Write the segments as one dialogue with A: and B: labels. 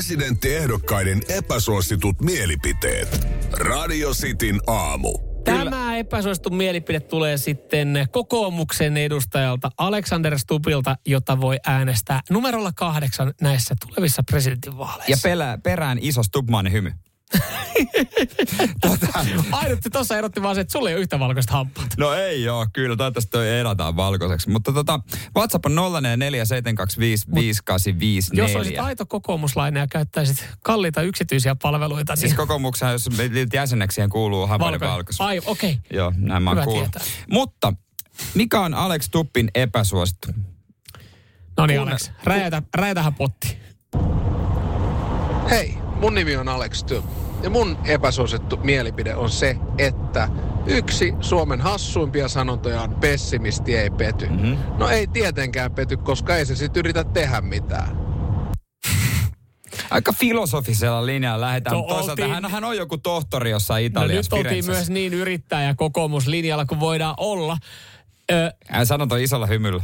A: Presidenttiehdokkaiden epäsuositut mielipiteet. Radio Cityn aamu.
B: Tämä epäsuosittu mielipide tulee sitten kokoomuksen edustajalta Alexander Stupilta, jota voi äänestää numerolla kahdeksan näissä tulevissa
C: Ja
B: presidentinvaaleissa.
C: pelää, perään iso Stubmanin hymy. tota,
B: Ainut tuossa erotti vaan se, että sulla ei ole yhtä valkoista hampaata.
C: no ei joo, kyllä toivottavasti toi edataan valkoiseksi. Mutta tota, WhatsApp on 0447255854.
B: Jos olisit aito kokoomuslainen ja käyttäisit kalliita yksityisiä palveluita, niin
C: Siis kokoomuksen, jos liityt jäseneksi, siihen kuuluu havainen
B: valkoinen.
C: valkoisuus.
B: Ai, okei. Okay.
C: Joo, näin mä oon
B: Hyvä
C: kuullut.
B: tietää.
C: Mutta mikä on Alex Tuppin epäsuosittu?
B: No niin, Alex. Räjätä, räjätähän potti. No
D: Hei, mun nimi on Alex Työ. Ja mun epäsuosittu mielipide on se, että yksi Suomen hassuimpia sanontoja on pessimisti ei pety. Mm-hmm. No ei tietenkään pety, koska ei se sit yritä tehdä mitään.
C: Aika filosofisella linjalla lähdetään.
B: No,
C: No, Toisaalta
B: oltiin-
C: hän, hän on joku tohtori jossain
B: No nyt
C: Italiassa,
B: oltiin
C: Firenzessä.
B: myös niin yrittäjä kokoomuslinjalla kuin voidaan olla. Ö,
C: Hän sanoi ton isolla hymyllä.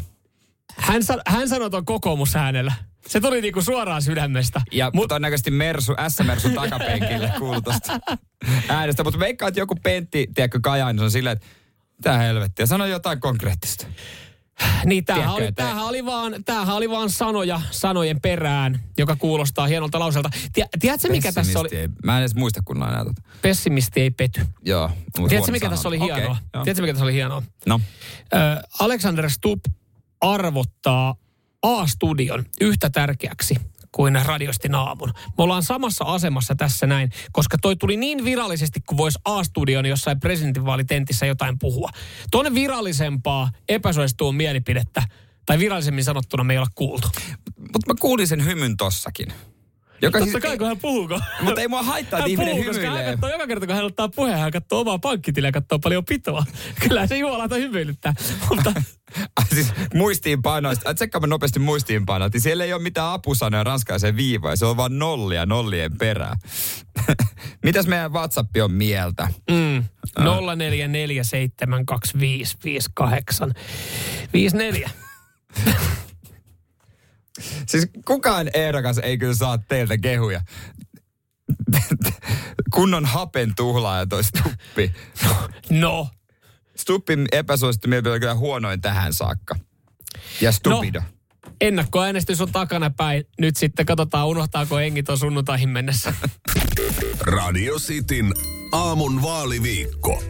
B: hän, san, hän sanoi ton kokoomus äänellä. Se tuli niinku suoraan sydämestä.
C: Ja Mut... todennäköisesti Mersu, S-Mersu takapenkille kuuluu tosta äänestä. Mutta veikkaan, että joku pentti, tiedätkö, Kajainen on silleen, että mitä helvettiä, sano jotain konkreettista.
B: Niin, tämähän,
C: Tiedätkö,
B: oli,
C: että-
B: tämähän, oli vaan, tämähän oli vaan sanoja sanojen perään, joka kuulostaa hienolta lauselta. Tie, tiedätkö, mikä tässä oli?
C: Pessimisti Ei, mä en edes muista, kun mä näytän.
B: Pessimisti ei pety.
C: Joo. mut huono
B: Tiedätkö, mikä
C: sanonta.
B: tässä oli
C: Okei,
B: hienoa?
C: joo.
B: Tiedätkö, mikä tässä oli hienoa?
C: no,
B: Ö, Alexander Stubb arvottaa A-studion yhtä tärkeäksi kuin radiosti aamun. Me ollaan samassa asemassa tässä näin, koska toi tuli niin virallisesti kuin voisi A-studion jossain presidentinvaalitentissä jotain puhua. Tuonne virallisempaa epäsuosittua mielipidettä, tai virallisemmin sanottuna me ei olla kuultu.
C: mutta mä kuulin sen hymyn tossakin. Joka
B: Totta kai, kun hän puhuuko.
C: Siis Mutta ei mua haittaa, että
B: Hän
C: ihminen
B: puhuu, koska hän
C: hymyilee.
B: katsoo joka kerta, kun hän ottaa puheen, hän katsoo omaa pankkitiliä ja katsoo paljon pitoa. Kyllä se juolata hymyilyttää. Mutta
C: Ai siis muistiinpanoista. Tsekkaapa nopeasti muistiinpanot. niin Siellä ei ole mitään apusanoja ranskaiseen viivaan. Se on vaan nollia nollien perään. Mitäs meidän WhatsApp on mieltä?
B: mm, 0447255854.
C: Siis kukaan ehdokas ei kyllä saa teiltä kehuja. Kunnon hapen tuhlaaja toi Stuppi.
B: No,
C: Stuppin epäsuosittu mielipide on kyllä huonoin tähän saakka. Ja stupido.
B: No. ennakkoäänestys on takana päin. Nyt sitten katsotaan, unohtaako hengi tuon sunnuntaihin mennessä.
A: Radio Cityn aamun vaaliviikko.